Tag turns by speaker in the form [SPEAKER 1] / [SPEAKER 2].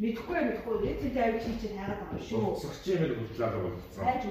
[SPEAKER 1] Мэдхгүй мэдхгүй. Эцэг авч хийж хайгаад байгаа юм шүү.
[SPEAKER 2] Уцсагч юм л хөдлөө болцсон.
[SPEAKER 1] Сайж